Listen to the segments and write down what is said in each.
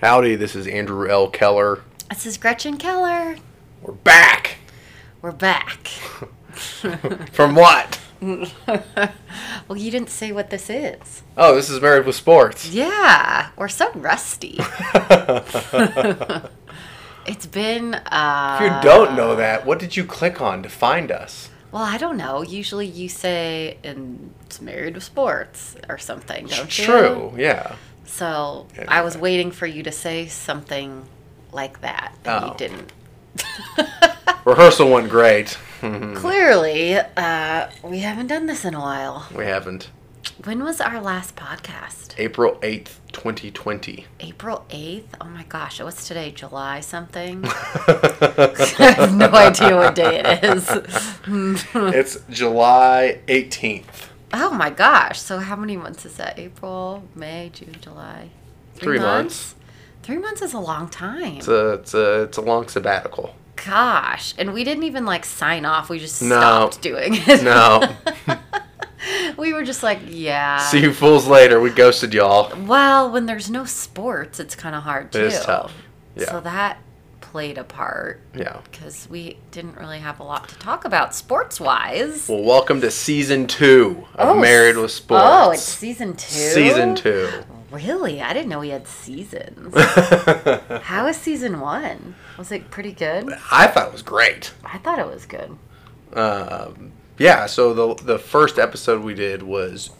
Howdy, this is Andrew L. Keller. This is Gretchen Keller. We're back We're back. from what? Well, you didn't say what this is. Oh, this is Married with Sports. Yeah, we're so rusty. it's been. Uh, If you don't know that, what did you click on to find us? Well, I don't know. Usually you say, and it's married with sports or something, don't you? True, yeah. So Yeah, I was yeah. waiting for you to say something like that, and Oh. you didn't. Rehearsal went great. Mhm. Clearly, uh, we haven't done this in a while. we haven't. When was our last podcast? April 8th, 2020. April 8th? Oh my gosh, what's today? July something? I have no idea what day it is. it's July 18th. oh my gosh. So, how many months is that? April, May, June, July? Three months. Three months is a long time. It's a, it's a, it's a long sabbatical. gosh. And we didn't even like sign off. We just No. stopped doing it. No. we were just like, yeah. See you fools later. We ghosted y'all. well, when there's no sports, it's kind of hard too. It is tough. Yeah. So, that played a part. Yeah. because we didn't really have a lot to talk about sports wise. Well, welcome to season two of Married with Sports. Oh, it's season two. Season two. Really? I didn't know we had seasons. I How was season one? Was it pretty good? thought it was great. I thought it was good. Um, yeah, so the the first episode we did was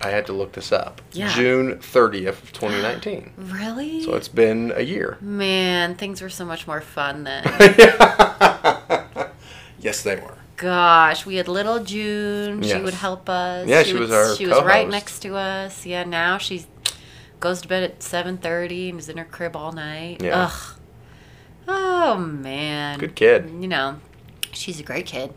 I had to look this up. Yeah. June 30th of 2019. Really? so it's been a year. Man, things were so much more fun then. yes, they were. Gosh, we had little June. She Yes. would help us. Yeah, she was our She was right co-host. next to us. Yeah, now she goes to bed at seven thirty and is in her crib all night. Yeah. Ugh. Oh man. Good kid. You know, she's a great kid.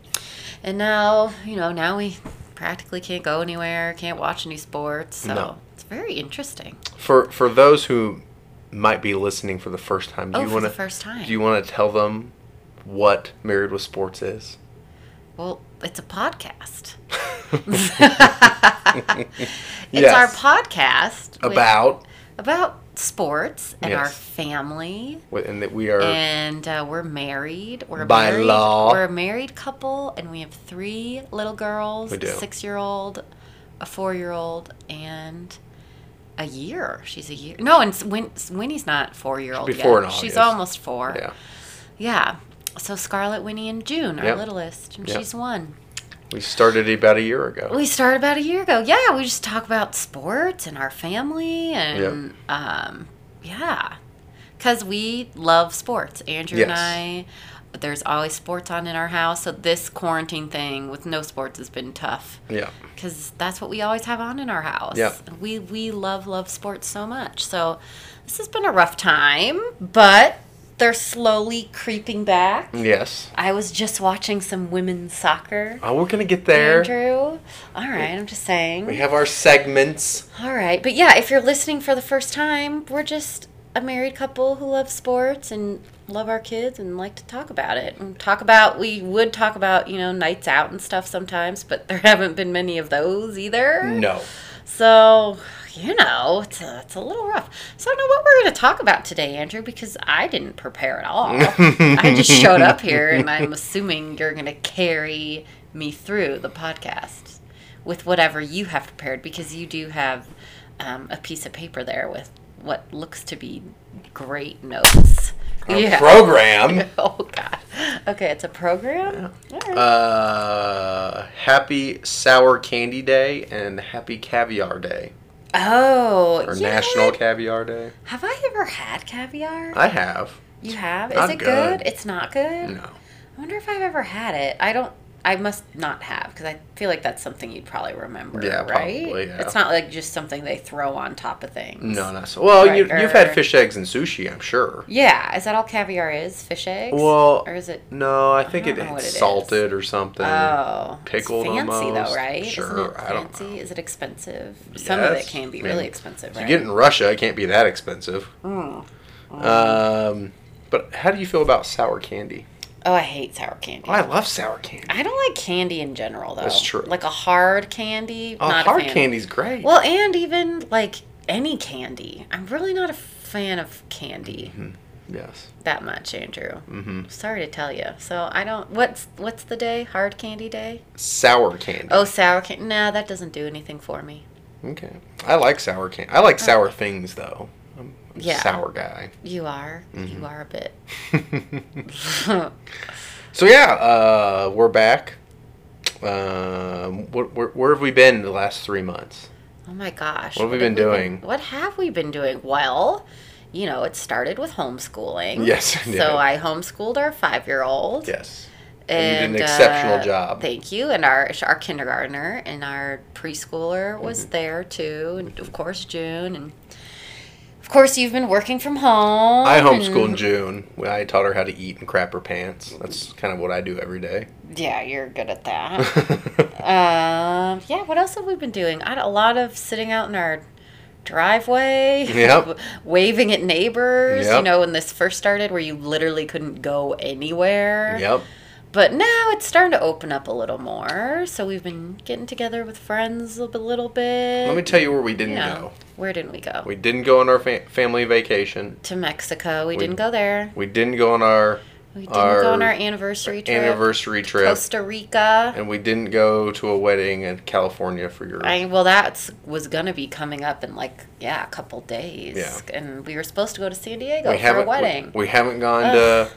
And now, you know, now we practically can't go anywhere, can't watch any sports. So No. it's very interesting. For for those who might be listening for the first time, do oh, you for want the to first time. do you want to tell them what Married with Sports is? well, it's a podcast. it's Yes. our podcast with- About about sports and our Yes. family. and that we are And uh, we're married. We're a By married, law. We're a married couple, and we have three little girls: We do. a six-year-old, a four-year-old, and a year. She's a year. No, and s- Win- s- Winnie's not four-year-old She'll be yet. four in She's August. almost four. yeah. Yeah. So Scarlett, Winnie, and June, our Yep. littlest, and Yep. she's one. We started about a year ago. We started about a year ago. Yeah, we just talk about sports and our family, and um, yeah, because we love sports. Andrew and Yes. I, there's always sports on in our house. So this quarantine thing with no sports has been tough yeah. because that's what we always have on in our house. Yeah. We we love love sports so much. So this has been a rough time, but they're slowly creeping back. Yes. I was just watching some women's soccer. Oh, we're gonna get there. Andrew. All right, I'm just We saying. have our segments. All right, but yeah, if you're listening for the first time, we're just a married couple who love sports and love our kids and like to talk about it and talk about we would talk about you know nights out and stuff sometimes but there haven't been many of those either No. so you know it's a, it's a little rough so i don't know what we're going to talk about today andrew because i didn't prepare at all i just showed up here and i'm assuming you're going to carry me through the podcast with whatever you have prepared because you do have um, a piece of paper there with what looks to be great notes Our program. oh god okay it's a program All right. Uh, happy Sour Candy Day and Happy Caviar Day oh or you know National what? Caviar Day. have i ever had caviar I have. You have? Is not it good? good. It's not good. No. I wonder if I've ever had it. I don't. I must not have because I feel like that's something you'd probably remember. Yeah, right? probably, yeah. It's not like just something they throw on top of things. No, not so. Well, you, Right, you've had or- fish eggs and sushi, I'm sure. Yeah, is that all caviar is? Fish eggs? Well, or is it? No, I think don't it, know what it's it is. salted or something. Oh, it's pickled fancy almost. though, right? Isn't Sure, it I don't fancy? Is it expensive? Some of Yes. it can be I mean, really expensive, If you right? get in Russia, it can't be that expensive. Hmm. Mm. Um, but how do you feel about sour candy? Oh, I hate sour candy. I love sour candy. I don't like candy in general though. That's true. Like a hard candy, Oh, not hard a fan. candy's great. Well, and even like any candy. I'm really not a fan of candy Yes. that much, Andrew. Mm-hmm. Sorry to tell you. So I don't. What's what's the day? Hard candy day? Sour candy. Oh, sour candy. Nah, that doesn't do anything for me. Okay. I like sour candy. I like sour things though. I'm a Uh. Yeah. sour Mm-hmm. guy. You are. You are a bit. Oh So yeah, uh, we're back. Um, wh- wh- where have we been in the last three months? Oh my gosh. What have we been doing? what have we been doing? Well, you know, it started with homeschooling. Yes, it did. So I homeschooled our five year old. Yes. And, you did an exceptional uh, job. Thank you. And our our kindergartner and our preschooler was Mm-hmm. there too. And of course, June. And of course, you've been working from home. I and- homeschooled in June. I taught her how to eat and crap her pants. That's kind of what I do every day. Yeah, you're good at that. um, yeah, what else have we been doing? I had a lot of sitting out in our driveway, Yep. waving at neighbors. You Yep. know, when this first started, where you literally couldn't go anywhere. yep. But now it's starting to open up a little more. So we've been getting together with friends a bit- little bit. Let me tell you where we didn't you know, go. Where didn't we go? We didn't go on our fa- family vacation. to Mexico. We, didn't go there. We didn't go on our We didn't go on our our anniversary trip. anniversary trip. Costa Rica. And we didn't go to a wedding in California for your. I well, that was gonna be coming up in like yeah, a couple days. Yeah. And we were supposed to go to San Diego we for haven't a wedding. We, we haven't gone Ugh. to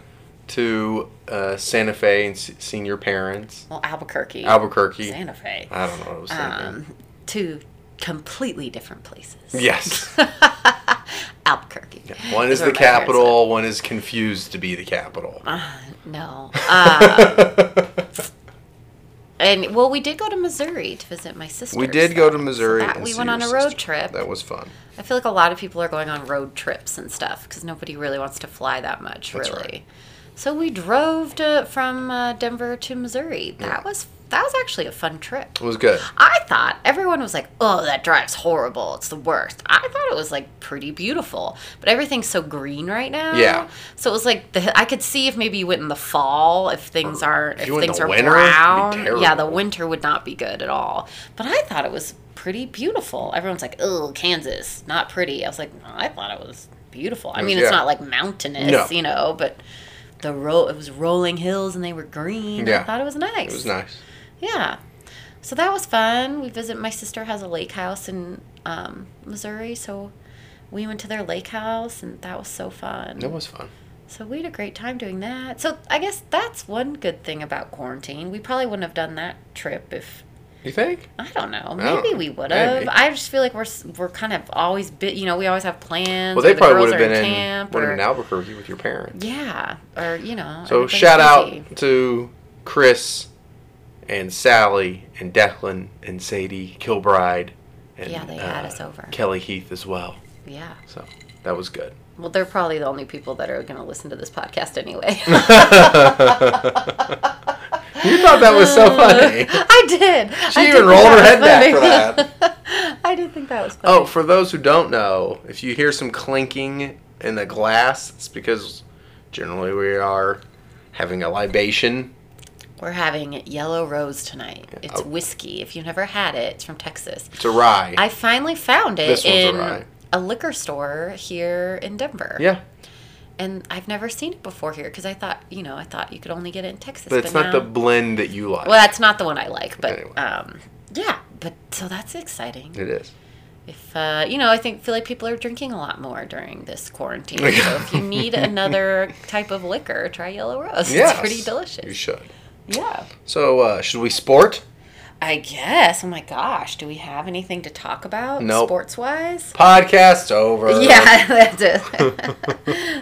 to uh, Santa Fe and se- seen your parents, well, Albuquerque, Albuquerque. Santa Fe, I don't know what I was thinking. um, two completely different places. yes. Albuquerque. One is the Where my parents live. capital. One is confused to be the capital. Uh, no. Uh, and well, we did go to Missouri to visit my sister. we did go to Missouri. that and we see went your on a road sister. trip. That was fun. I feel like a lot of people are going on road trips and stuff because nobody really wants to fly that much, That's really. right. So we drove to, from uh, Denver to Missouri. That was that was actually a fun trip. It was good. I thought everyone was like, "Oh, that drive's horrible. It's the worst." I thought it was like pretty beautiful, but everything's so green right now. Yeah. So it was like the, I could see if maybe you went in the fall if things aren't if you went in things the are winter, it'd be brown. Yeah, the terrible. winter would not be good at all. But I thought it was pretty beautiful. Everyone's like, "Oh, Kansas, not pretty." I was like, no, "I thought it was beautiful." I was- mean, it's yeah. not like mountainous, No. you know, but the road it was rolling hills and they were green. I Yeah. thought it was nice. It was nice. Yeah. So that was fun. We visit my sister has a lake house in um, Missouri, so we went to their lake house and that was so fun. It was fun. So we had a great time doing that. So I guess that's one good thing about quarantine. We probably wouldn't have done that trip if You think? I don't know. No, Maybe we would have. maybe. I just feel like we're s- we're kind of always bit, you know, we always have plans. Well, or they the probably girls would have are in been in camp would have or- been in Albuquerque with your parents. Yeah, or you know. So everybody's shout busy. out to Chris and Sally and Declan and Sadie Kilbride. And, uh, Yeah, they had us over. Kelly Heath as well. Yeah. So that was good. Well, they're probably the only people that are going to listen to this podcast anyway. You thought that was so funny. I did. She I did even think rolled her head that was back for funny. I did think that was funny. Oh, for those who don't know, if you hear some clinking in the glass, it's because generally we are having a libation. We're having Yellow Rose tonight. It's oh. whiskey. If you've never had it, it's from Texas. It's a rye. I finally found it This one's in awry. a liquor store here in Denver. yeah, And I've never seen it before here because I thought, you know, I thought you could only get it in Texas. but it's not now- the blend that you like. Well, that's not the one I like, but Anyway. um, yeah. But so that's exciting. it is. if uh, you know i think feel like people are drinking a lot more during this quarantine so if you need another type of liquor try yellow rose it's Yes, pretty You delicious should. yeah So uh, should we sport? i guess oh my gosh do we have anything to talk about Nope. sports wise Podcast over. yeah that's it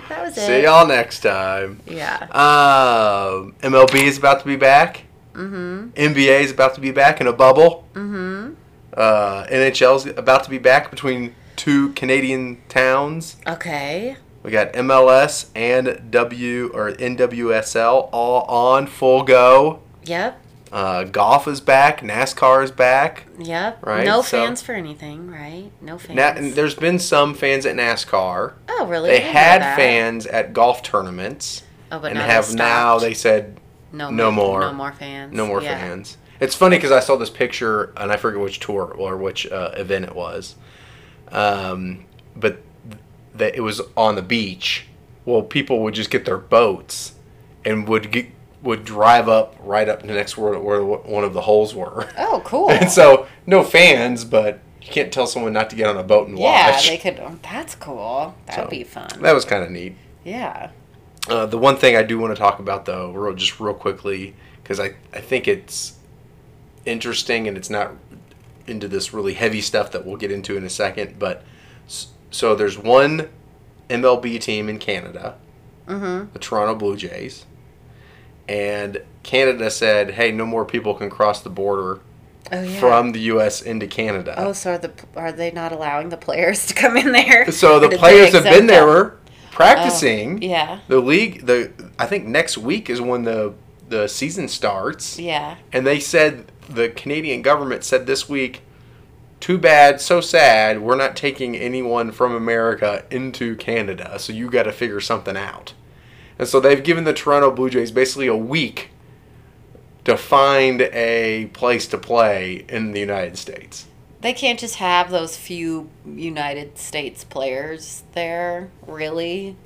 that was it See y'all next time. yeah Um, MLB is about to be back. Mm-hmm. NBA is about to be back in a bubble. Mm-hmm. Uh, NHL is about to be back between two Canadian towns. okay We got MLS and W or NWSL all on full go. yep Uh, golf is back. NASCAR is back. yep Right, no so- fans for anything right no fans Na- there's been some fans at NASCAR. oh really I They didn't know had that. fans at golf tournaments, oh but and now have now stopped. they said no more. no more fans No more Yeah. fans. It's funny because I saw this picture, and I forget which tour or which uh, event it was. um, but that it was on the beach. Well, people would just get their boats and would get, would drive up right up to the next where, where one of the holes were. Oh, cool. And so, no fans, but you can't tell someone not to get on a boat and yeah, watch. they could. oh, that's cool. That'd So, be fun. That was kind of neat. Yeah. Uh, the one thing I do want to talk about, though, real, just real quickly, because I, I think it's interesting and it's not into this really heavy stuff that we'll get into in a second. But s- so there's one MLB team in Canada, Mm-hmm. the Toronto Blue Jays, and Canada said, hey, no more people can cross the border Oh yeah. from the U.S. into Canada. oh, so are the are they not allowing the players to come in there? So Or the did they players have been exempt there them? practicing. Yeah. The league, the I think next week is when the the season starts, Yeah. and they said the Canadian government said this week, too bad, so sad. We're not taking anyone from America into Canada, so you got to figure something out. And so they've given the Toronto Blue Jays basically a week to find a place to play in the United States. They can't just have those few United States players there, really.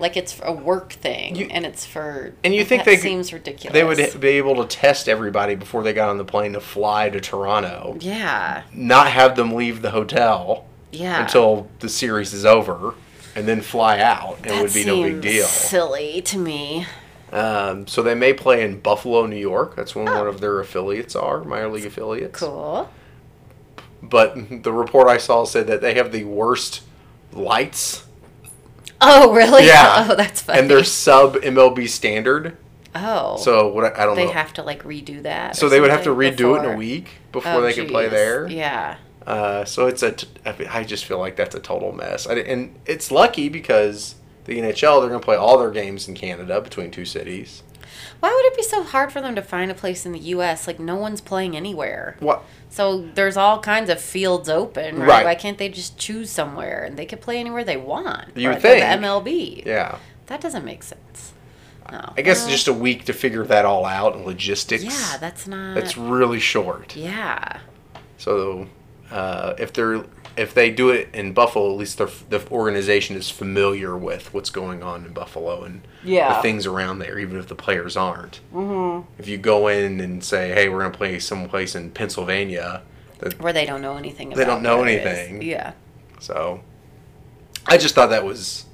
Like it's a work thing, You- and it's for. And you think that they could- seems ridiculous? They would be able to test everybody before they got on the plane to fly to Toronto, Yeah. not have them leave the hotel Yeah. until the series is over, and then fly out. It That would be no big seems deal. Silly to me. Um, so they may play in Buffalo, New York. That's when Oh. one of their affiliates are, minor league affiliates. Cool. But the report I saw said that they have the worst lights Oh really? Yeah. Oh, that's funny. and they're sub MLB standard. oh. So what I, I don't they know. have to like redo that. so or they would have to something redo it in before- a week before Oh, they could play geez. there. Yeah. Uh, so it's a. T- I fe- I just feel like that's a total mess. I, di- and it's lucky because the NHL they're going to play all their games in Canada between two cities. Why would it be so hard for them to find a place in the U.S.? Like no one's playing anywhere. What? So there's all kinds of fields open, right? Right. Why can't they just choose somewhere and they could play anywhere they want? You right? would think. For the MLB. Yeah, That doesn't make sense. No. I guess Well, just a week to figure that all out and logistics. Uh, Yeah, that's not. that's really short. yeah. So uh, if they're if they do it in Buffalo, at least their f- the organization is familiar with what's going on in Buffalo and Yeah. the things around there, even if the players aren't. Mm-hmm. If you go in and say, "Hey, we're going to play someplace in Pennsylvania," that Where they don't know anything. About They don't know where it is. anything. Yeah. So I just thought that was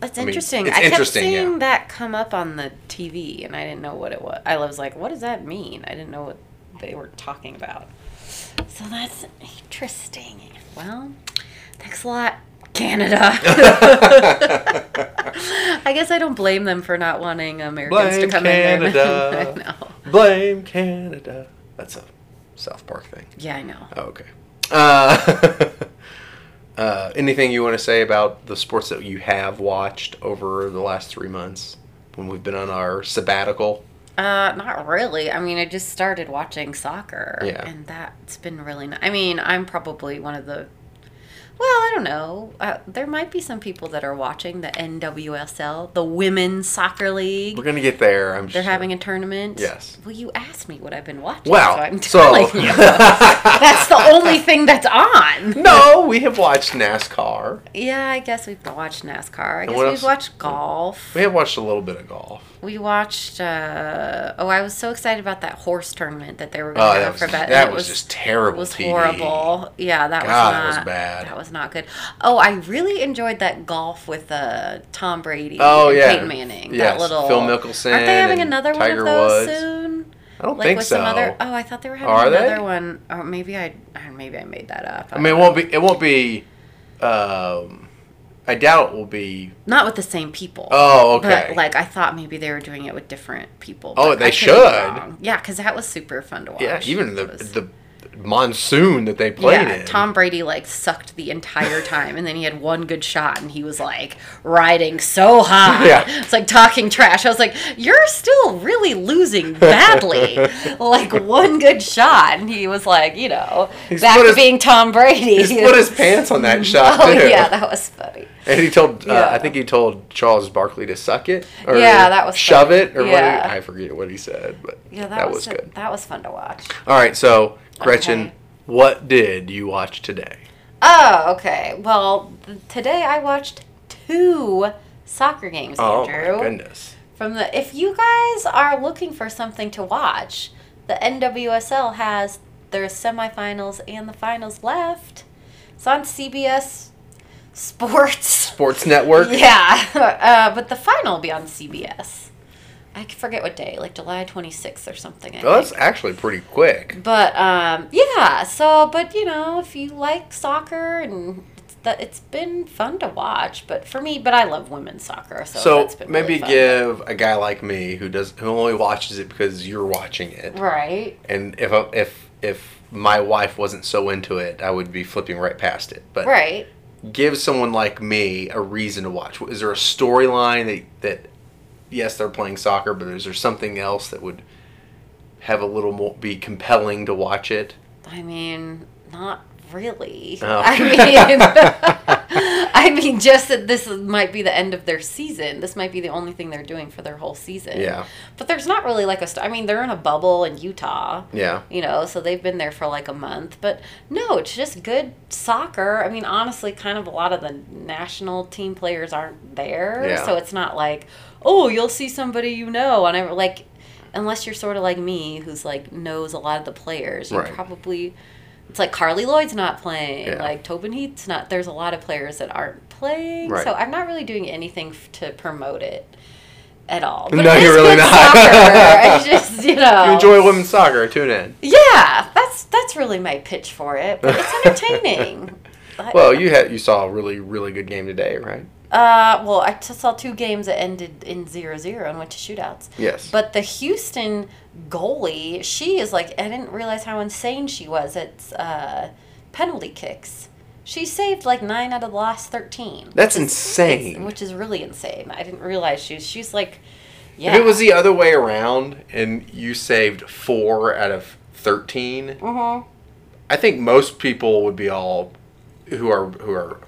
That's I mean, interesting. it's I kept interesting, seeing yeah. that come up on the TV, and I didn't know what it was. I was like, "What does that mean?" I didn't know what they were talking about. So that's interesting. Well, thanks a lot, Canada. I guess I don't blame them for not wanting Americans to Blame come in there. Canada. I know. Blame Canada. That's a South Park thing. Yeah, I know. Oh, okay. Uh, uh, anything you want to say about the sports that you have watched over the last three months when we've been on our sabbatical? Uh, not really. I mean, I just started watching soccer, Yeah. and that's been really. Ni- I mean, I'm probably one of the. Well, I don't know. Uh, there might be some people that are watching the NWSL, the Women's Soccer League. We're gonna get there. I'm. They're sure. having a tournament. Yes. Well, you asked me what I've been watching. Wow. so I'm So, telling you. That's the only thing that's on. no, we have watched NASCAR. Yeah, I guess we've watched NASCAR. I guess what we've else? watched golf. We have watched a little bit of golf. We watched. Uh, oh, I was so excited about that horse tournament that they were Oh, going to that have was, for bet. and that it was just terrible. was TV. horrible. Yeah, that God, was that not, was bad. That was not good. Oh, I really enjoyed that golf with uh, Tom Brady. Oh, and yeah. Peyton Manning. Yes, That little Phil Mickelson Aren't they having and another Tiger one of those Woods. soon? I don't Like think with so. some other. Oh, I thought they were having Are they? another one. Or maybe I, or maybe I made that up. Uh, I mean, it won't be. It won't be. Um, I doubt it will be. not with the same people. Oh, okay. But like I thought, maybe they were doing it with different people. Oh, but they I could be should. wrong. Yeah, because that was super fun to watch. yeah, even the It was- the monsoon that they played yeah, in. Tom Brady like sucked the entire time, and then he had one good shot, and he was like riding so high. Yeah. It's like talking trash. I was like, "You're still really losing badly, like one good shot." And he was like, you know, back put to his- being Tom Brady. he split his pants on that shot oh too. yeah, that was funny. and he told. Uh, Yeah. I think he told Charles Barkley to suck it. Or Yeah, that was shove funny. it or Yeah. what? I forget what he said, but Yeah, that, was, a- good. That was fun to watch. All right, so Gretchen, Okay. what did you watch today? Oh, okay. Well, th- today I watched two soccer games, Oh Andrew. my goodness. From the if you guys are looking for something to watch, the NWSL has their semifinals and the finals left. It's on CBS Sports. Sports Network. Yeah, uh, but the final will be on CBS. I forget what day, like July 26th or something. I Well, that's think. actually pretty quick. But um, yeah, so but you know, if you like soccer and it's, that it's been fun to watch, but for me, but I love women's soccer, so, So that's been maybe really fun. give a guy like me who does who only watches it because you're watching it. right. And if I- if if my wife wasn't so into it, I would be flipping right past it. But Right. give someone like me a reason to watch. Is there a storyline that that yes, they're playing soccer, but is there something else that would have a little more be compelling to watch it? I mean, not really. Oh. I mean, I mean, just that this is- might be the end of their season. This might be the only thing they're doing for their whole season. Yeah. But there's not really like a. St- I mean, they're in a bubble in Utah. Yeah. You know, so they've been there for like a month. But no, it's just good soccer. I mean, honestly, kind of a lot of the national team players aren't there. Yeah. So it's not like, oh, you'll see somebody you know. And I like, unless you're sort of like me, who's like knows a lot of the players, you Right. probably. It's like Carly Lloyd's not playing, Yeah. like Tobin Heath's not. There's a lot of players that aren't playing, Right. so I'm not really doing anything f- to promote it at all. No, it is you're really good not. Soccer. I just, you know, If you enjoy women's soccer, tune in. yeah, that's that's really my pitch for it. But it's entertaining. I- Well, you had you saw a really really good game today, right? uh, well, I just saw two games that ended in 0-0 and went to shootouts. Yes. But the Houston goalie, she is like I didn't realize how insane she was at uh, penalty kicks. She saved like nine out of the last thirteen. That's which is- insane. it's- Which is really insane. I didn't realize she was, she's like, yeah. If it was the other way around and you saved four out of 13, Mhm. I think most people would be all who are who are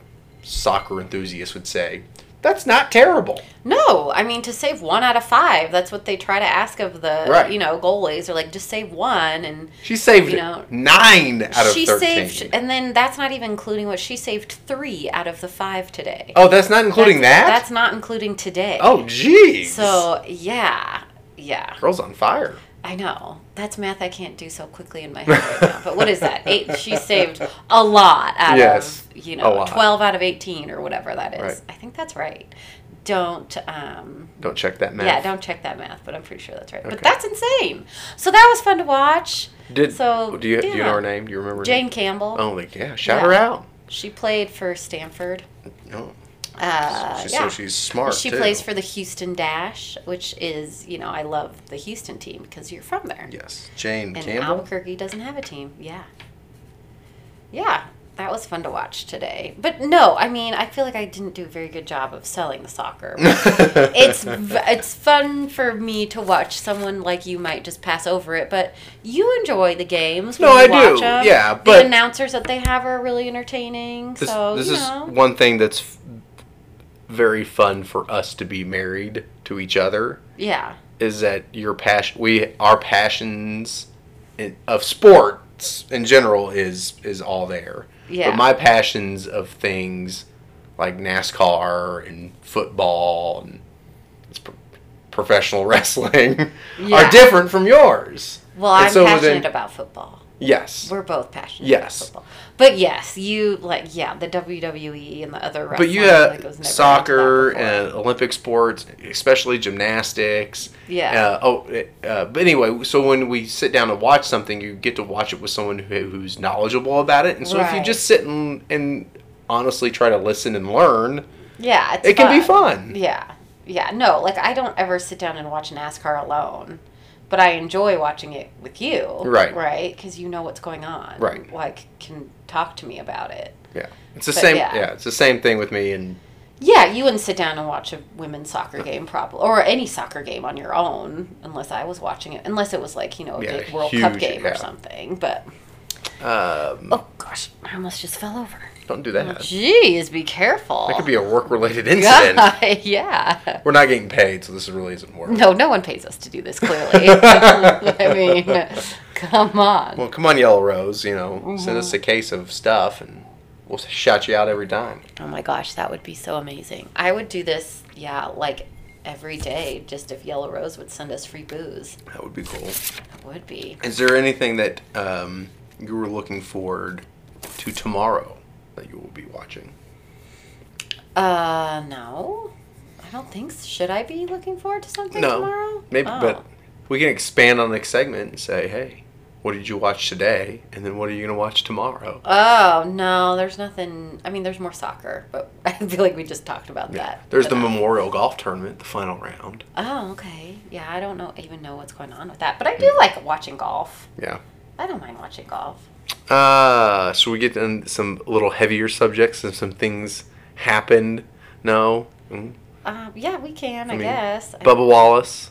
soccer enthusiasts would say that's not terrible. No, I mean to save one out of five. That's what they try to ask of the Right. you know goalies. They're like, just save one, and She saved You know, nine out of she thirteen. saved, and then that's not even including what she saved three out of the five today. oh, that's not including That's- that. That's not including today. oh, jeez. so yeah, yeah, girls on fire. I know. That's math I can't do so quickly in my head right now. But what is that? Eight. She saved a lot out Yes, of you a know lot. twelve out of eighteen or whatever that is. Right. I think that's right. Don't um, Don't check that math. Yeah, don't check that math, but I'm pretty sure that's right. But Okay. that's insane. So that was fun to watch. Did so do you do you yeah. know her name? Do you remember? her Jane name? Campbell. Oh, like yeah. Shout Yeah. her out. She played for Stanford. Oh, Uh, she's- yeah. So she's smart. she too. plays for the Houston Dash, which is, you know, I love the Houston team because you're from there. Yes, Jane and Campbell. Albuquerque doesn't have a team. Yeah. Yeah, that was fun to watch today. But no, I mean, I feel like I didn't do a very good job of selling the soccer. it's v- it's fun for me to watch someone like you might just pass over it, but you enjoy the games. when No, you I do. watch 'em. Yeah, the but- announcers that they have are really entertaining. This, so this you is know, one thing that's f- very fun for us to be married to each other yeah, is that your passion, we our passions in, of sports in general is is all there. Yeah. But my passions of things like NASCAR and football and it's pro- professional wrestling Yeah. are different from yours. well, And I'm so then- passionate about football. Yes. We're both passionate Yes. about football. But yes, you like yeah, the WWE and the other But wrestling. you like, I was never have into that soccer before. and Olympic sports, especially gymnastics. Yeah. Uh, oh, uh, but anyway, so when we sit down to watch something, you get to watch it with someone who, who's knowledgeable about it. And so if you Right. just sit and, and honestly try to listen and learn, yeah, it's it can be fun. Yeah. Yeah. No, like I don't ever sit down and watch NASCAR alone, but I enjoy watching it with you. Right. Right. Because you know what's going on. Right. Like, can talk to me about it. Yeah. It's the But same. yeah. Yeah. It's the same thing with me. And Yeah, you wouldn't sit down and watch a women's soccer game, probably, or any soccer game on your own, unless I was watching it, unless it was like, you know, a Yeah, big World Cup huge, game yeah. or something. But, um, oh gosh, I almost just fell over. don't do Oh, that. Jeez, be careful. That could be a work-related incident. yeah. We're not getting paid, so this really isn't work. No, no one pays us to do this, clearly. I mean, come on. Well, come on, Yellow Rose. You know, send us a case of stuff, and We'll shout you out every time. Oh my gosh, that would be so amazing. I would do this, yeah, like every day, just if Yellow Rose would send us free booze. That would be cool. That would be. Is there anything that um, you were looking forward to tomorrow that you will be watching? Uh, no. I don't think so. Should I be looking forward to something no, tomorrow? maybe, Oh. but we can expand on the segment and say, hey, what did you watch today? And then what are you gonna watch tomorrow? Oh, no, there's nothing. I mean, there's more soccer, but I feel like we just talked about that. There's the But, uh, Memorial Golf Tournament, the final round. Oh, okay. Yeah, I don't know even know what's going on with that, but I do like watching golf. Yeah. I don't mind watching golf. Uh, so we get into some little heavier subjects and some things happened. No. Mm. Uh, yeah, we can, I, mean, guess. I- Bubba Wallace.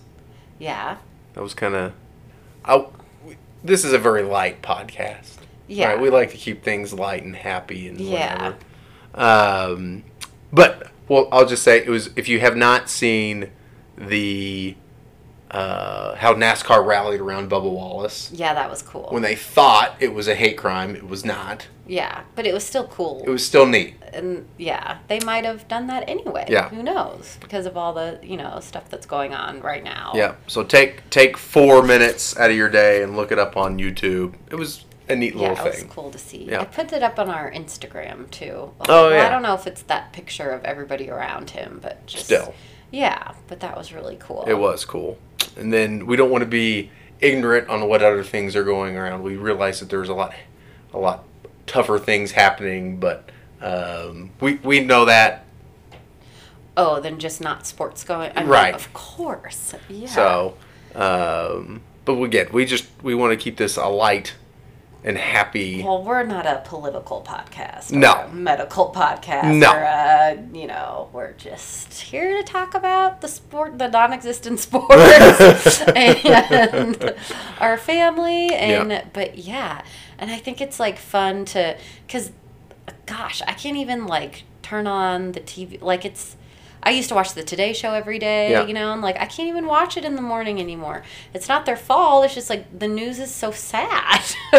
yeah. That was kind of. I. we- This is a very light podcast. Yeah. Right? We like to keep things light and happy and Yeah. whatever. Um, but well, I'll just say it was. If you have not seen the uh, how NASCAR rallied around Bubba Wallace Yeah, that was cool. when they thought it was a hate crime, it was not. yeah, but it was still cool. It was still neat. and yeah, they might have done that anyway. Yeah. Who knows? Because of all the, you know, stuff that's going on right now. Yeah. So take take four minutes out of your day and look it up on YouTube. It was a neat Yeah, little it was thing. cool to see. Yeah. I put it up on our Instagram too. Oh, Well, yeah. I don't know if it's that picture of everybody around him, but just Still. Yeah, but that was really cool. It was cool. And then we don't want to be ignorant on what other things are going around. We realize that there's a lot, a lot tougher things happening, but um, we we know that. Oh, then just not sports going. I mean, Right. Of course. Yeah. So, um, but we get we just we want to keep this a light and happy. Well, we're not a political podcast. or No. a medical podcast. No. Or a, you know, we're just here to talk about the sport, the non-existent sports, and our family, and Yeah. but yeah, and I think it's like fun to, cause, gosh, I can't even like turn on the TV. Like it's, I used to watch the Today Show every day, Yeah. you know, and like I can't even watch it in the morning anymore. It's not their fault. It's just like the news is so sad.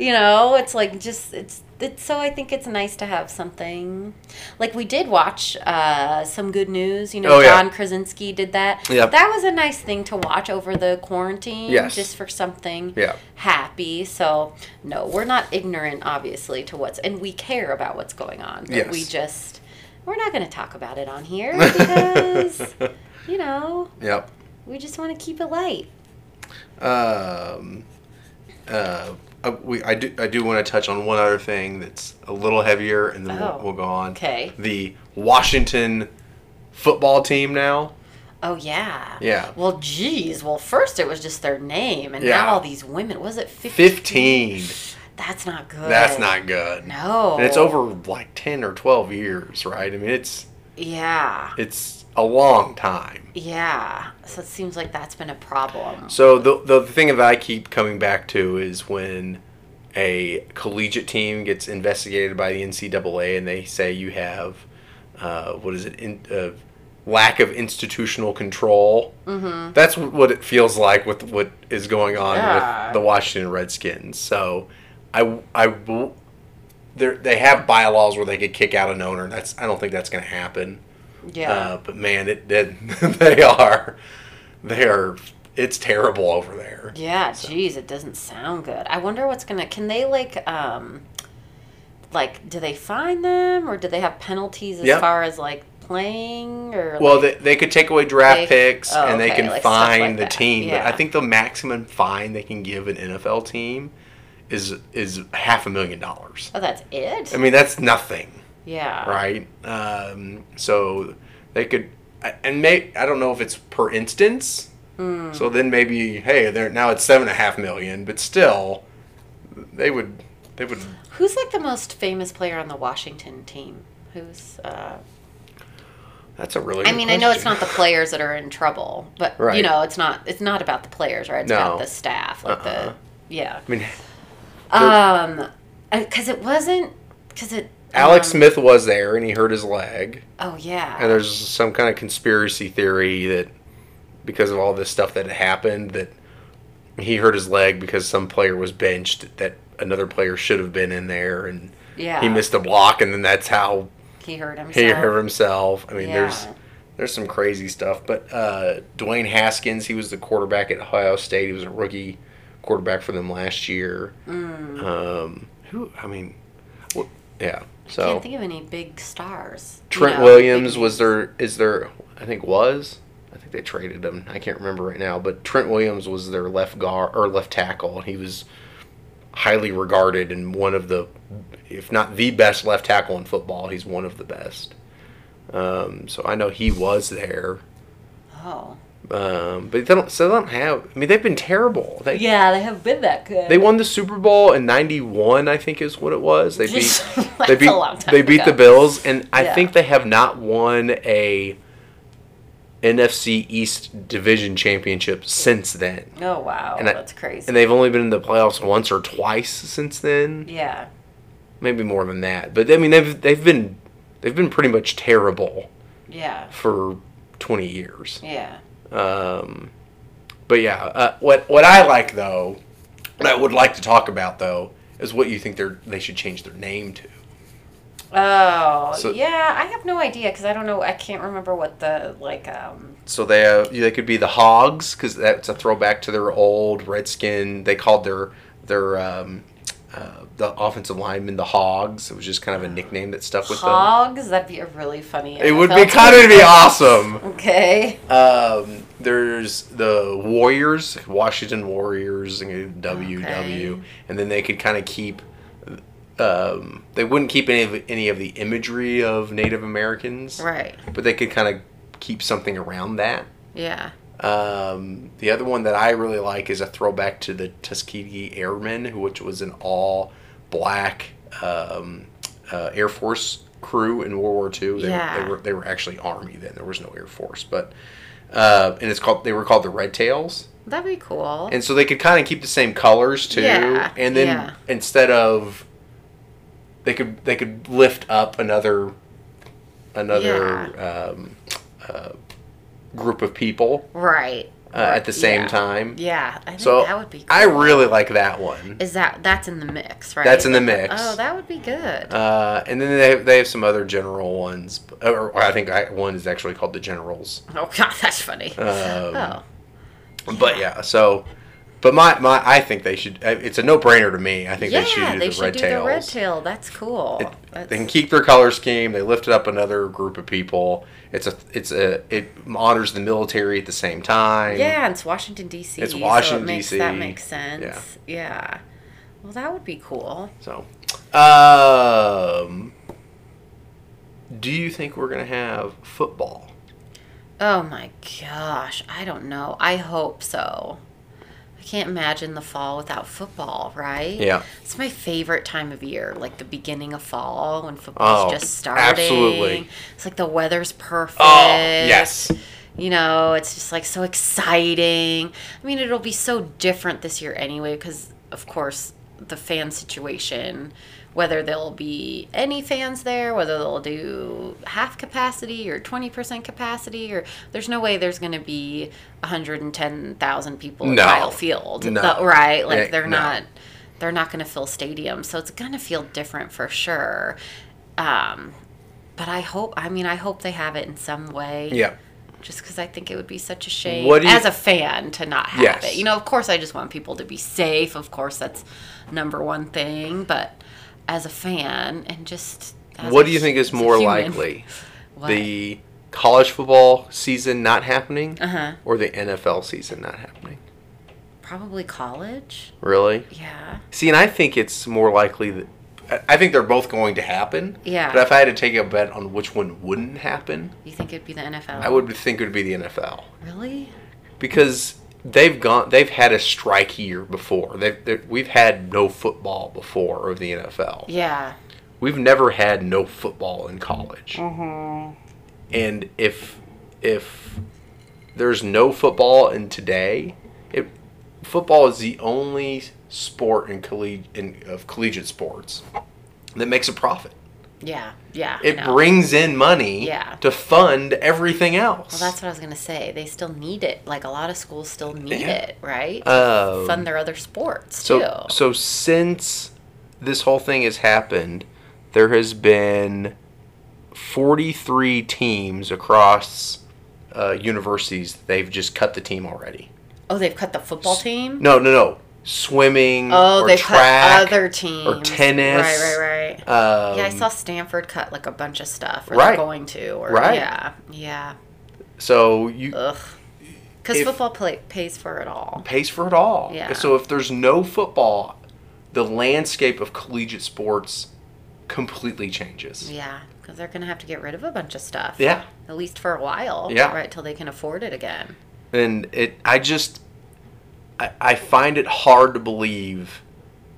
you know, it's like just it's it's so I think it's nice to have something. Like we did watch uh, some good news. You know, Oh, yeah. John Krasinski did that. Yeah. That was a nice thing to watch over the quarantine. Yes. Just for something Yeah. happy. So no, we're not ignorant, obviously, to what's and we care about what's going on. But Yes. we just we're not going to talk about it on here because you know Yep. we just want to keep it light. Um, uh, uh, we, I do I do want to touch on one other thing that's a little heavier, and then Oh, we'll, we'll go on. okay. The Washington football team now. Oh yeah. Yeah. Well, geez. Well, first it was just their name, and Yeah. now all these women. Was it 15? 15. That's not good. That's not good. No. And it's over like 10 or 12 years, right? I mean, it's Yeah. it's a long time. Yeah. So it seems like that's been a problem. So the the thing that I keep coming back to is when a collegiate team gets investigated by the NCAA and they say you have uh, what is it in, uh, lack of institutional control. Mm-hmm. That's wh- what it feels like with what is going on Yeah. with the Washington Redskins. So I I w- they're- they have bylaws where they could kick out an owner. That's I don't think that's going to happen. Yeah. Uh, but man, it, it they are they are it's terrible over there. Yeah, geez, it doesn't sound good. I wonder what's gonna. Can they like, um, like, do they fine them or do they have penalties as Yeah. far as like playing or? Well, like- they, they could take away draft They- picks oh, and they okay, can like stuff fine like the that. team, Yeah. but I think the maximum fine they can give an NFL team is is half a million dollars. oh, that's it. I mean, that's nothing. yeah. right? Um, so they could, I- and may I don't know if it's per instance. Hmm. So then maybe hey, they're now it's seven and a half million, but still, they would they would Who's like the most famous player on the Washington team? Who's? Uh, That's a really. I good mean, I know it's not question. the players that are in trouble, but Right. you know, it's not. It's not about the players, right? It's No. about the staff, like Uh-uh. the yeah. I mean, Hmm. Um, because it wasn't because it. Alex um, Smith was there and he hurt his leg, Oh yeah. and there's some kind of conspiracy theory that because of all this stuff that had happened that he hurt his leg because some player was benched that another player should have been in there and Yeah. he missed a block, and then that's how He hurt himself. he hurt himself. I mean, there's Yeah. there's some crazy stuff. But uh, Dwayne Haskins, he was the quarterback at Ohio State. He was a rookie quarterback for them last year. Mm. Um, who? I mean, wh- yeah. I So can't think of any big stars. you Trent know, Williams big was names. their is their I think was I think they traded him. I can't remember right now, but Trent Williams was their left guard or left tackle, and he was highly regarded and one of the if not the best left tackle in football. He's one of the best. Um, so I know he was there, Oh. um, but they don't. So they don't have. I mean, they've been terrible. They Yeah, they have been that good. they won the Super Bowl in '91, I think is what it was. They beat That's they beat a long time they beat ago. the Bills, and I Yeah. think they have not won a NFC East division championship since then. Oh wow, And I- that's crazy. And they've only been in the playoffs once or twice since then, yeah. maybe more than that. But I mean, they've they've been they've been pretty much terrible Yeah. for 20 years. Yeah. Um, but yeah, uh, what what I like though, what I would like to talk about though, is what you think they are they should change their name to. Oh, So- yeah. I have no idea because I don't know. I can't remember what the like. um So they uh, they could be the Hogs because that's a throwback to their old Redskin. They called their their um, uh, the offensive lineman the Hogs. It was just kind of a nickname that stuck with them. Hogs. That'd be a really funny. It would be NFL kind of team. be awesome. Okay. Um, there's the Warriors, Washington Warriors, and WW, Okay. and then they could kind of keep. Um, they wouldn't keep any of any of the imagery of Native Americans, Right. but they could kind of keep something around that. Yeah. Um, the other one that I really like is a throwback to the Tuskegee Airmen, who- which was an all black um, uh, Air Force crew in World War II. They, Yeah. they were they were actually Army then. There was no Air Force, but uh, and it's called they were called the Red Tails, That'd be cool. and so they could kind of keep the same colors too. Yeah, And then yeah. instead of they could they could lift up another another um, uh, group of people right. uh, at the same Yeah. time. Yeah. I think So that would be. Cool. I really like that one. Is that that's in the mix, right? That's in the mix. Oh, that would be good. Uh, and then they have, they have some other general ones, or, or I think I, one is actually called the generals. oh God, that's funny. Um, oh. But yeah, so, but my, my I think they should. uh, It's a no brainer to me. I think Yeah, they should do, they the, should red do tails. the red tail. That's cool. That's- They can keep their color scheme. They lifted up another group of people. It's a it's a it honors the military at the same time. Yeah, and it's Washington D.C. It's so it Washington, makes- D.C.. That makes sense. Yeah. Well, that would be cool. So, um, do you think we're gonna have football? Oh my gosh, I don't know. I hope so. I can't imagine the fall without football, right? Yeah. It's my favorite time of year, like the beginning of fall when Oh, football's just starting. absolutely. It's like the weather's perfect. Oh, yes. You know, it's just like so exciting. I mean, it'll be so different this year anyway, because of course the fan situation, whether there'll be any fans there, whether they'll do half capacity or twenty percent capacity, or there's no way there's going to be hundred and ten thousand people in No. Kyle Field, No. The- right? Yeah, Like they're no. not they're not going to fill stadiums, so it's going to feel different for sure. Um, but I hope. I mean, I hope they have it in some way Yeah. just because I think it would be such a shame What do you- as a fan to not have Yes. it. You know, of course, I just want people to be safe. Of course, that's number one thing. But as a fan and just as What a- do you think as is a more human- likely? What? The college football season not happening Uh-huh. or the NFL season not happening? probably college. Really? Yeah, See, and I think it's more likely that. I- I think they're both going to happen. Yeah. But if I had to take a bet on which one wouldn't happen, you think it'd be the NFL? I would think it would be the NFL. really. because they've gone they've had a strike year before they've they're- we've had no football before of the nfl Yeah, we've never had no football in college Mm-hmm. and if if there's no football in today it football is the only sport in, colleg- in of collegiate sports that makes a profit yeah, yeah. I it know. brings in money Yeah. to fund everything else Well, that's what I was gonna say. They still need it. Like a lot of schools still need Yeah. it, right? Um, Fund their other sports So too. so since this whole thing has happened, there has been 43 teams across uh, universities. They've just cut the team already. Oh, they've cut the football team. No, no, no. Swimming oh, or they've track cut other teams or tennis. Right, right, right. Um, yeah, I saw Stanford cut like a bunch of stuff. Or Right. They're going to. Or, Right. Yeah. Yeah. So you Ugh. Because If- football play, pays for it all. pays for it all. Yeah. So if there's no football, the landscape of collegiate sports completely changes. Yeah. Because they're gonna have to get rid of a bunch of stuff. Yeah. At least for a while. Yeah. Right till they can afford it again. And it, I just, I, I find it hard to believe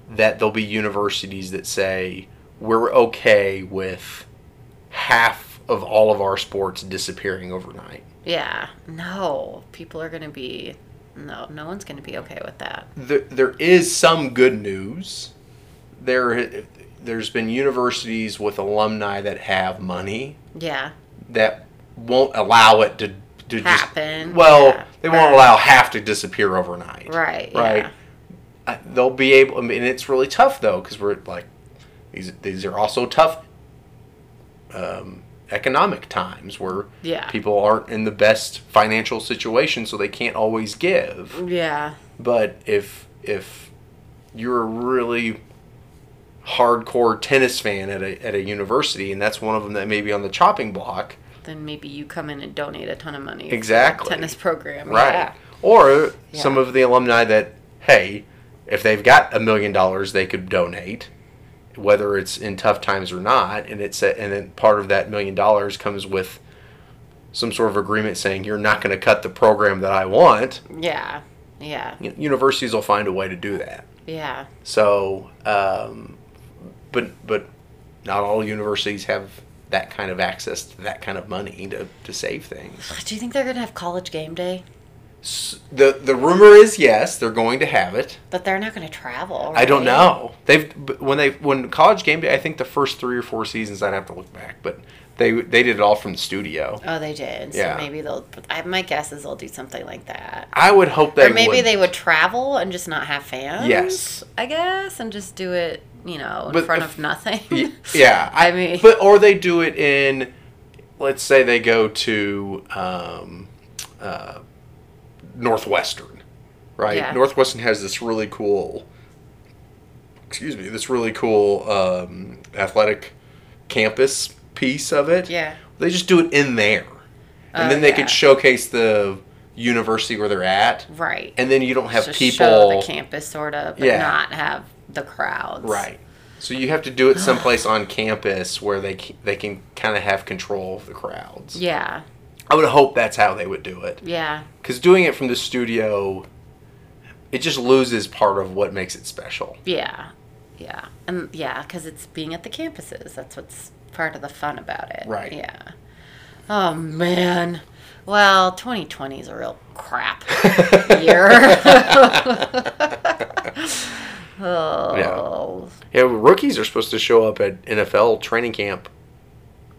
that there'll be universities that say we're okay with half of all of our sports disappearing overnight. Yeah. No. People are gonna be. No. No one's gonna be okay with that. there, there is some good news. There, there's been universities with alumni that have money Yeah. that won't allow it to to just- Happen, well, yeah. they won't Right. allow half to disappear overnight. Right. Right. Yeah. I- They'll be able. I mean, it's really tough though because we're like these. These are also tough um, economic times where Yeah. people aren't in the best financial situation, so they can't always give. Yeah. But if if you're a really hardcore tennis fan at a at a university, and that's one of them that may be on the chopping block, Then maybe you come in and donate a ton of money. for the Exactly. Tennis program. right? Yeah. Or some Yeah. of the alumni that hey, if they've got a million dollars, they could donate, whether it's in tough times or not, and it's a, and then part of that million dollars comes with some sort of agreement saying you're not going to cut the program that I want. Yeah. Yeah. U- Universities will find a way to do that. Yeah. So, um, but but not all universities have that kind of access to that kind of money to, to save things. Do you think they're gonna have college game day? S the the rumor is yes, they're going to have it. But they're not gonna travel. I don't right? know. They've but when they when college game day. I think the first three or four seasons. I'd have to look back, but they they did it all from the studio. Oh, they did. So Yeah. maybe they'll. I, my guess is they'll do something like that. I would hope they or maybe would. they would travel and just not have fans. Yes. I guess, and just do it, you know, in But front if- of nothing. Y- yeah, I mean- but or they do it in, let's say they go to um, uh, Northwestern, right? Yeah. Northwestern has this really cool, excuse me, this really cool um, athletic campus piece of it. Yeah. they just do it in there, and Oh, then they yeah. could showcase the university where they're at, Right. and then you don't have Just people show the campus sort of, but Yeah. not have the crowds. Right. So you have to do it someplace on campus where they c- they can kind of have control of the crowds. Yeah. I would hope that's how they would do it. Yeah. Cuz doing it from the studio it just loses part of what makes it special. Yeah. Yeah. And yeah, because it's being at the campuses. That's what's part of the fun about it. Right. Yeah. Oh, man. Well, 2020 is a real crap year. oh. Yeah, rookies are supposed to show up at NFL training camp.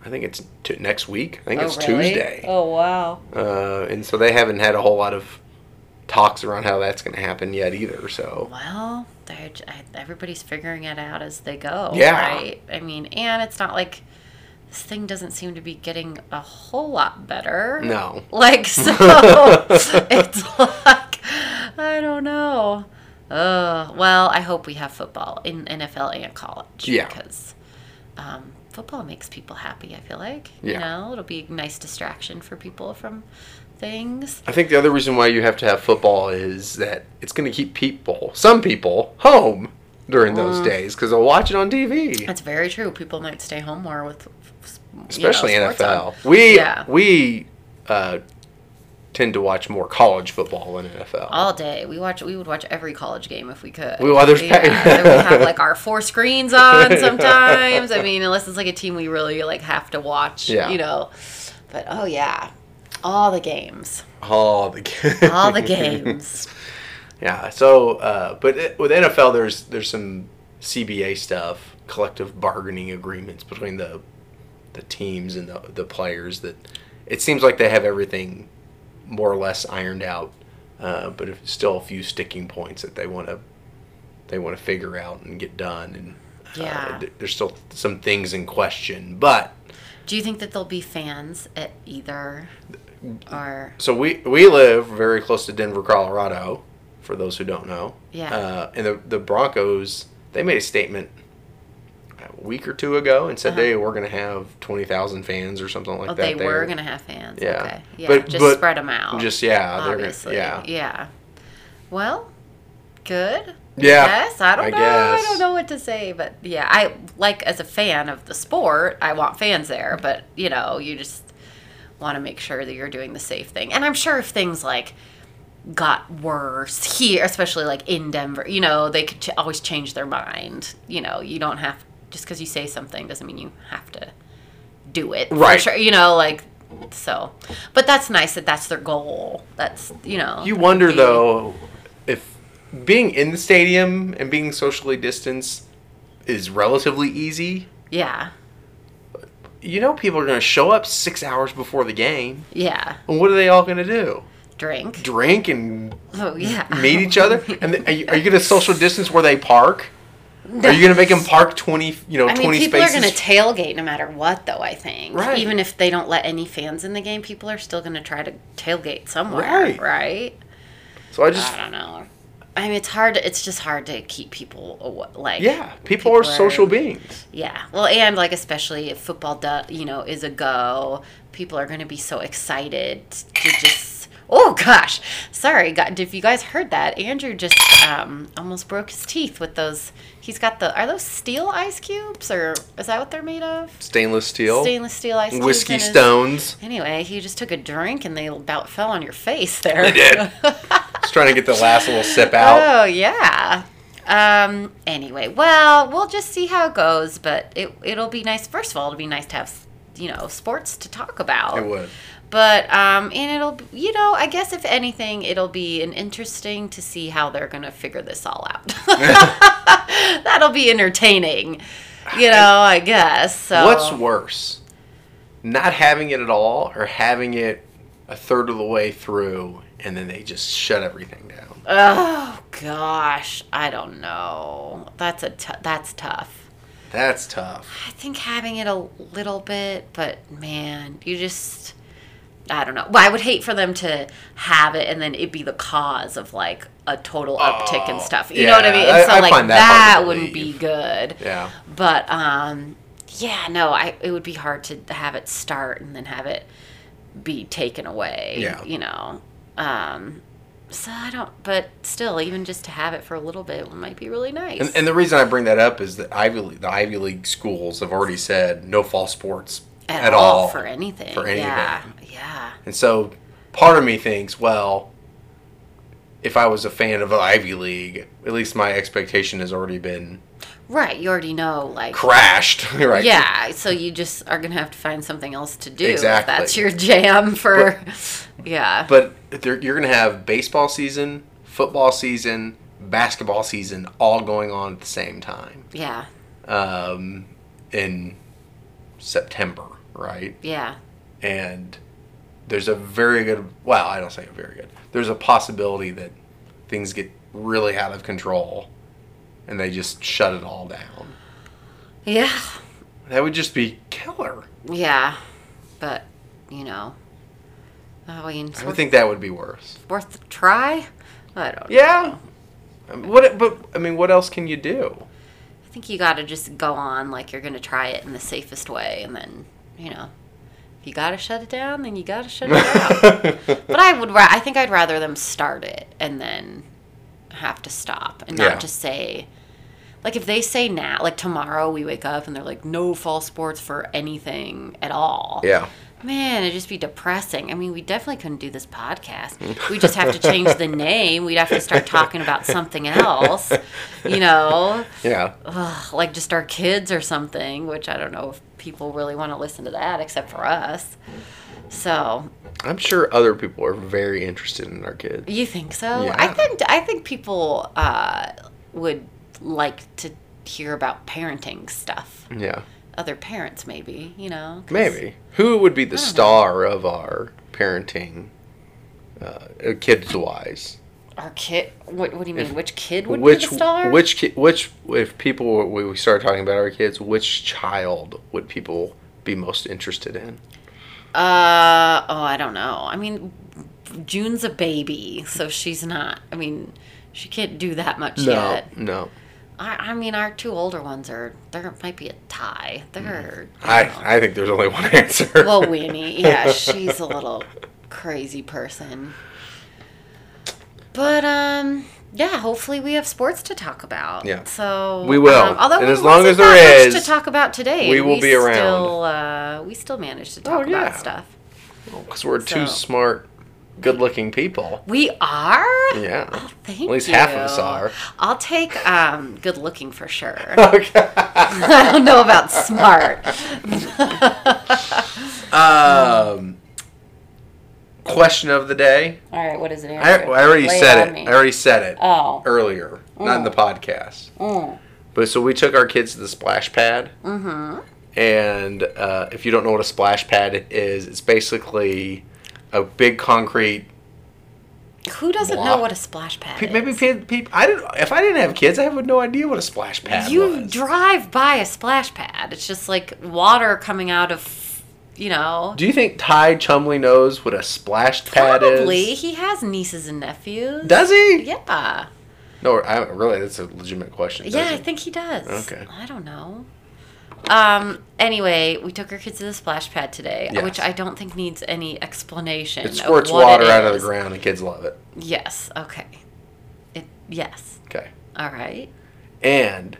I think it's t- next week. I think it's oh, really? Tuesday. Oh, wow. Uh, and so they haven't had a whole lot of talks around how that's going to happen yet either. So Well, they're j- I- everybody's figuring it out as they go. Yeah. Right? I mean, and it's not like this thing doesn't seem to be getting a whole lot better. no. Like, so it's like, I don't know. Uh, well, I hope we have football in NFL and college. Yeah. Because um, football makes people happy, I feel like. Yeah. You know, it'll be a nice distraction for people from things. I think the other reason why you have to have football is that it's going to keep people, some people, home during those days because they'll watch it on TV, That's very true. People might stay home more with, s- you know, especially sports on. NFL. We Yeah. we uh, tend to watch more college football than NFL. all day. We watch. We would watch every college game if we could. We- well, there's- yeah, and we have like our four screens on sometimes. I mean, unless it's like a team we really like have to watch. Yeah. You know, but oh yeah, all the games, All the ga- all the games. yeah. So, uh, but it, with NFL, there's there's some CBA stuff, collective bargaining agreements between the the teams and the the players. That it seems like they have everything more or less ironed out, uh, but if, still a few sticking points that they want to they want to figure out and get done. And Yeah. th- there's still some things in question, but Do you think that there'll be fans at either? Or so we we live very close to Denver, Colorado. For those who don't know, Yeah. Uh, and the the Broncos they made a statement a week or two ago and said Uh-huh. they were going to have twenty thousand fans or something like oh, that. they were there. gonna have fans. Yeah. Okay. Yeah. But- just but- spread them out. just yeah, they're gonna, obviously. yeah, Yeah. Well, good. Yeah, Yes, I don't I know. I guess. don't know what to say, but yeah, I like as a fan of the sport, I want fans there, but you know, you just want to make sure that you're doing the safe thing. And I'm sure if things like got worse here, especially like in Denver, you know, they could ch- always change their mind. You know, you don't have just because you say something doesn't mean you have to do it. for Right. sure, you know, like so. But that's nice that that's their goal. That's you know. You that wonder would be- though if being in the stadium and being socially distanced is relatively easy. Yeah. You know, people are going to show up six hours before the game, Yeah. and what are they all going to do? Drink. Drink and Oh yeah. meet each other? And th- are you, are you going to social distance where they park? Are you going to make them park twenty? You know, I mean, twenty people spaces. are going to tailgate no matter what, though. I think, Right. even if they don't let any fans in the game, people are still going to try to tailgate somewhere, Right. right? so I just, I don't know. I mean, it's hard. It's just hard to keep people awa- like yeah, people, are social beings. yeah. Well, and like especially if football, do, you know, is a go, people are going to be so excited to just. Oh gosh, sorry, God, if you guys heard that, Andrew just um, almost broke his teeth with those. He's got the are those steel ice cubes or is that what they're made of? Stainless steel, Stainless steel ice cubes whiskey in his- stones. Anyway, he just took a drink and they about fell on your face there. They did. just trying to get the last little sip out. Oh yeah. Um. Anyway, well, we'll just see how it goes, but it it'll be nice. First of all, it'll be nice to have you know sports to talk about. It would. But um, and it'll you know I guess if anything, it'll be an interesting to see how they're gonna figure this all out. That'll be entertaining. You know, I guess. So What's worse, not having it at all, or having it a third of the way through and then they just shut everything down? Oh gosh, I don't know. That's a t- that's tough. That's tough. I think having it a little bit, but man, you just I don't know. Well, I would hate for them to have it and then it be the cause of like a total uptick and Oh, stuff. You know what I yeah, mean? And I- so I like find that hard that, to wouldn't be believe. good. Yeah. But um yeah, no, I it would be hard to have it start and then have it be taken away. Yeah. You know. Um so I don't but still even just to have it for a little bit might be really nice. And, and the reason I bring that up is that Ivy League, the Ivy League schools have already said no fall sports at, at, all, for anything. for anything. Yeah. Yeah. And so part of me thinks, well, if I was a fan of the Ivy League, at least my expectation has already been Right. You already know like crashed, right? Yeah, so you just are gonna have to find something else to do. if Exactly. that's your jam for, yeah. But there, you're going to have baseball season, football season, basketball season all going on at the same time yeah, um, in September, right? yeah, And there's a very good, well, I don't say very good, there's a possibility that things get really out of control and they just shut it all down. yeah, That would just be killer. yeah. But you know, I mean, it's I would worth, think that would be worse. worth a try. I don't. know. Yeah. What? But I mean, what else can you do? I think you got to just go on like you're gonna try it in the safest way, and then you know, if you gotta shut it down, then you gotta shut it down. But I would. Ra- I think I'd rather them start it and then have to stop and not Yeah. just say, like if they say now, like tomorrow we wake up and they're like, no fall sports for anything at all. yeah. Man, it'd just be depressing. I mean, we definitely couldn't do this podcast. We just have to change the name. We'd have to start talking about something else, you know, Yeah. Ugh, like just our kids or something, which I don't know if people really want to listen to that except for us. So I'm sure other people are very interested in our kids. You think so? Yeah. I think I think people uh, would like to hear about parenting stuff. Yeah. Other parents, maybe you know. 'cause- Maybe. Who would be the star of our parenting, uh, kids wise? Our kid. What, what do you mean? If- which kid would which be the star? which ki- which if people were, we we started talking about our kids, which child would people be most interested in? Uh oh, I don't know. I mean, June's a baby, so she's not. I mean, she can't do that much yet. No, no. I, I mean, our two older ones are. There might be a tie. They're. Mm. you know. I I think there's only one answer. well, Winnie, yeah, she's a little crazy person. But um, yeah, hopefully we have sports to talk about. Yeah. So We will. um, although And we as long wasn't as there that much is, to talk about today, we will be around. Still, uh, we still managed to talk yeah. about stuff. because we're two So- smart, good-looking people. We are. Yeah. Oh, thank you. At least half of us are. I'll take um, good looking for sure. Okay. I don't know about smart. Um. Question of the day. All right, what is it? I, I Andrew? already Lay said on it. me. I already said it Oh. earlier, not in the podcast. Mm. But so we took our kids to the splash pad. Mm-hmm. And uh, if you don't know what a splash pad is, it's basically a big concrete. Who doesn't Blah. know what a splash pad Pe- is? Maybe people. I didn't. If I didn't have kids, I have no idea what a splash pad you was. drive by a splash pad. It's just like water coming out of, you know. Do you think Ty Chumley knows what a splash pad Probably is? he has nieces and nephews. Does he? yeah, No, I really. That's a legitimate question. does yeah, he? I think he does. Okay. I don't know. Um. Anyway, we took our kids to the splash pad today, Yes. which I don't think needs any explanation. It of squirts what water it out of the is. ground, and kids love it. Yes. Okay. It. Yes. Okay. All right. and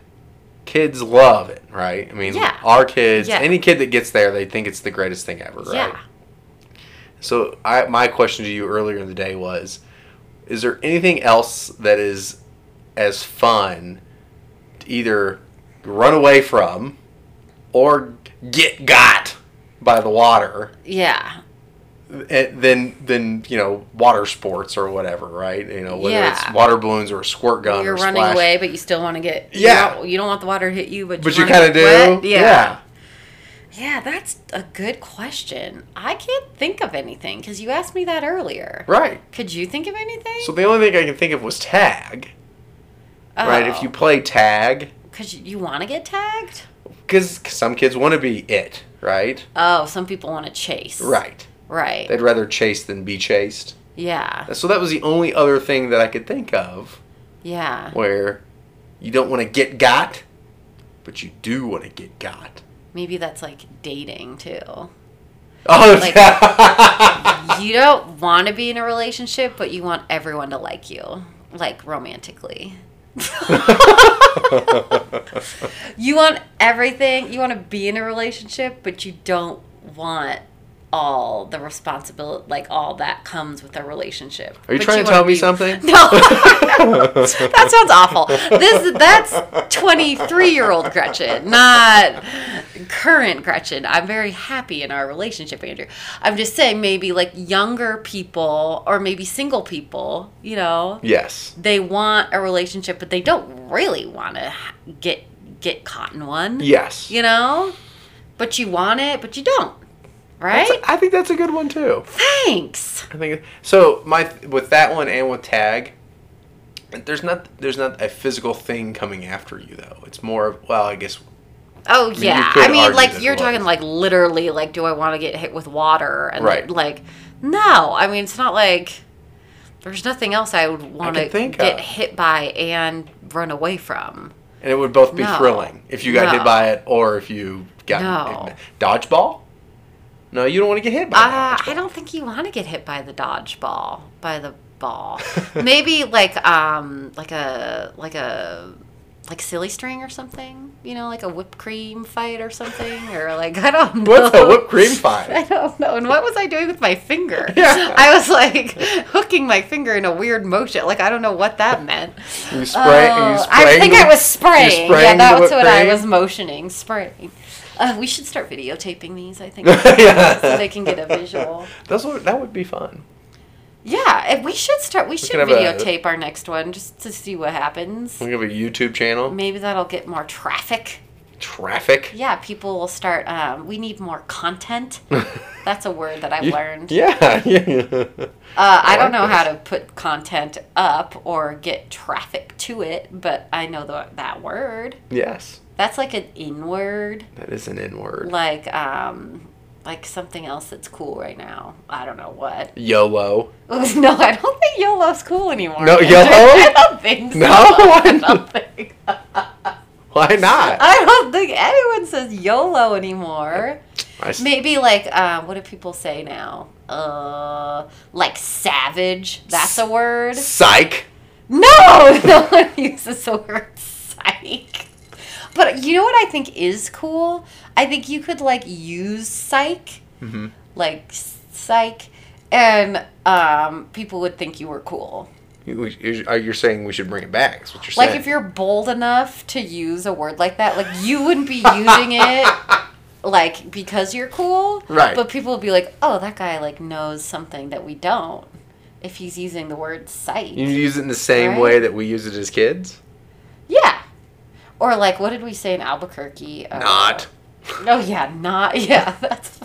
kids love it, right? I mean, Yeah. our kids, Yeah. any kid that gets there, they think it's the greatest thing ever, right? Yeah. So, I, my question to you earlier in the day was Is there anything else that is as fun to either run away from or get got by the water? Yeah. eh, Than than you know water sports or whatever right you know whether Yeah. it's water balloons or a squirt gun You're or running splash, away, but you still want to get. you Yeah. don't- You don't want the water to hit you, but you but you wanna kind of do get wet. yeah. yeah Yeah, that's a good question. I can't think of anything because you asked me that earlier. right Could you think of anything? So the only thing I can think of was tag, right? If you play tag, because Oh, you want to get tagged. because some kids want to be it, right? Oh, some people want to chase. Right. Right. They'd rather chase than be chased. yeah. So that was the only other thing that I could think of Yeah. where you don't want to get got, but you do want to get got. Maybe that's like dating too. Oh, Like- You don't want to be in a relationship, but you want everyone to like you, like romantically. You want everything. You want to be in a relationship, but you don't want all the responsibility, like all that comes with a relationship. Are you But trying to wanna tell me be- something? No, that sounds awful. This that's twenty three year old Gretchen, not current Gretchen. I'm very happy in our relationship, Andrew. I'm just saying maybe like younger people or maybe single people, you know, Yes. they want a relationship, but they don't really want to get get caught in one. Yes. You know, but you want it, but you don't. Right? I think that's a good one too. Thanks. I think so. My with that one and with tag, there's not there's not a physical thing coming after you though. It's more of well, I guess Oh you yeah. could I mean, argue like that you're it talking was. like literally like do I want to get hit with water and Right. like no, I mean it's not like there's nothing else I would want to could think get of. hit by and run away from. and it would both be No. thrilling if you got No. hit by it or if you got No. dodgeball. No, you don't want to get hit by Uh, dodgeball. I don't think you want to get hit by the dodgeball, by the ball. Maybe like um like a like a like silly string or something. You know, like a whipped cream fight or something, or like I don't know. What's a whipped cream I pie? don't know. And what was I doing with my finger? Yeah. I was like hooking my finger in a weird motion. Like I don't know what that meant. You spray. Oh, you I spraying think the- I was spraying. you Yeah, spraying the that's whipped what I cream? was motioning, spraying. Uh, we should start videotaping these, I think, Yeah. so they can get a visual. That's what that would be fun. Yeah, and we should start. We should can have a- videotape our next one just to see what happens. We have a YouTube channel. Maybe that'll get more traffic. Traffic. Yeah, people will start. Um, we need more content. That's a word that I've You- learned. Yeah. yeah. Uh, I, like don't know how this. to put content up or get traffic to it, but I know the, that word. Yes, That's like an in word, that is an N word. like um, like something else that's cool right now. I don't know what. YOLO. No, I don't think YOLO's cool anymore. No, Andrew. YOLO? I don't think so. No? I don't think. Why not? I don't think anyone says YOLO anymore. I s- Maybe like uh, what do people say now? Uh, like savage. That's a word. Psych. No, no one uses the word psych. But you know what I think is cool? I think you could like use psych, Mhm. like psych, and um, people would think you were cool. You- you- uh, You're you're saying we should bring it back. That's what you're saying. Like if you're bold enough to use a word like that, like you wouldn't be using it like because you're cool. Right. But people would be like, "Oh, that guy like knows something that we don't." If he's using the word sight. You use it in the same Right? way that we use it as kids? yeah. Or like what did we say in Albuquerque? Uh, Not. Oh yeah, not. Yeah, that's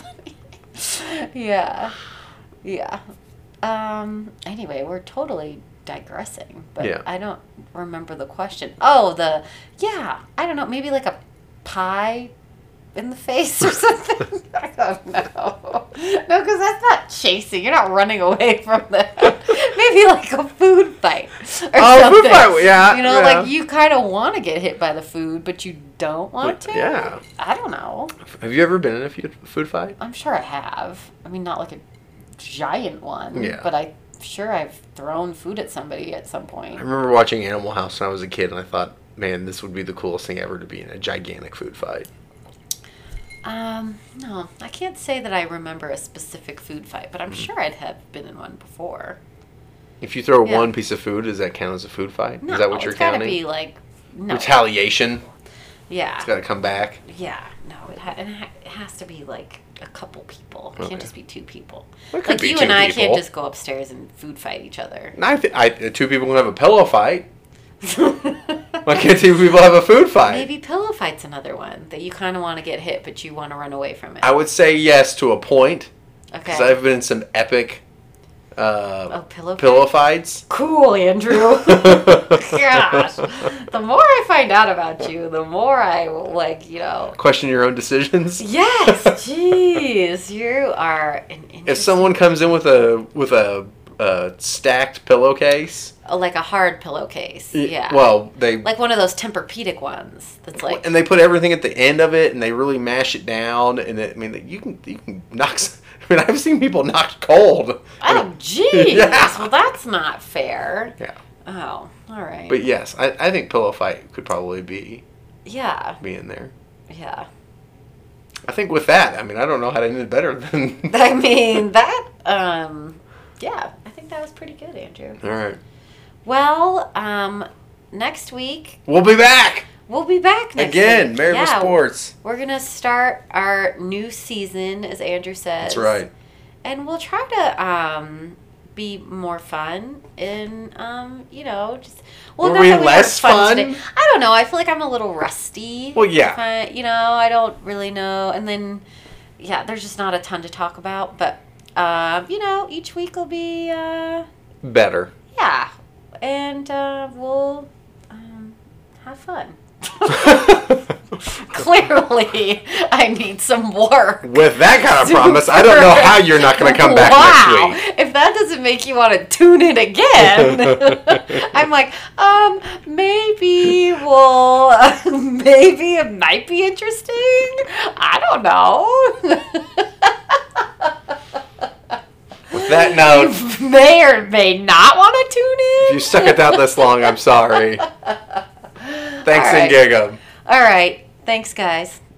funny. yeah. Yeah. Um anyway, we're totally digressing, but Yeah. I don't remember the question. Oh, the yeah, I don't know, maybe like a pie in the face or something. I don't know. No, because that's not chasing. You're not running away from that. Maybe like a food fight or Oh, food something. fight, yeah, You know, yeah. like you kind of want to get hit by the food, but you don't want to. Yeah. I don't know. Have you ever been in a fu- food fight? I'm sure I have. I mean, not like a giant one, Yeah. but I'm sure I've thrown food at somebody at some I point. remember watching Animal House when I was a kid, and I thought, man, this would be the coolest thing ever to be in a gigantic food fight. Um, no, I can't say that I remember a specific food fight, but I'm Hmm. sure I'd have been in one before. If you throw Yeah. one piece of food, does that count as a food fight? No, Is that what you're it's gotta counting? be like no, Retaliation. It's yeah, got to come back. yeah, no, it, ha- and it ha- it has to be like a couple people. It Okay. can't just be two people. Well, it could like be you two and I can't people. just go upstairs and food fight each other. And I, th- I uh, two people can have a pillow fight. Why can't two people have a food fight? Maybe pillow fight's another one that you kind of want to get hit, but you want to run away from it. I would say yes to a point okay. because I've been in some epic uh, oh, pillow. pillow fights. Cool, Andrew. Gosh, the more I find out about you, the more I like you know. Question your own decisions. Yes, jeez, you are an interesting, If someone comes in with a with a, a stacked pillowcase, oh, like a hard pillowcase. y- Yeah. Well, they like one of those Tempur-Pedic ones. That's like and they put everything at the end of it, and they really mash it down. And it, I mean, you can you can knock. s- I mean, I've seen people knocked cold. oh, jeez. Yeah. Well, that's not fair. Yeah. Oh, all right. But yes, I, I think pillow fight could probably be yeah, be in there. yeah. I think with that, I mean, I don't know how to do it better than. I mean that. Um, yeah, I think that was pretty good, Andrew. All right, Well, um, next week we'll be back we'll be back next again. week. Married with Yeah, Sports. We're gonna start our new season, as Andrew says. That's right. And we'll try to um, be more fun and um, you know just well Were not we that we less weren't fun? today. I don't know. I feel like I'm a little rusty. Well, yeah. Fi- you know, I don't really know. And then yeah, there's just not a ton to talk about. But uh, you know, each week will be. Uh, Better. yeah, and uh, we'll um, have fun. Clearly, I need some work. With that kind of promise, I don't know how you're not going to come back Wow, next week. If that doesn't make you want to tune in again, I'm like, um, maybe we'll, maybe it might be interesting. I don't know. With that note, you may or may not want to tune in. if you stuck it out this long, I'm sorry. Thanks All right. and gig 'em. All right. Thanks, guys.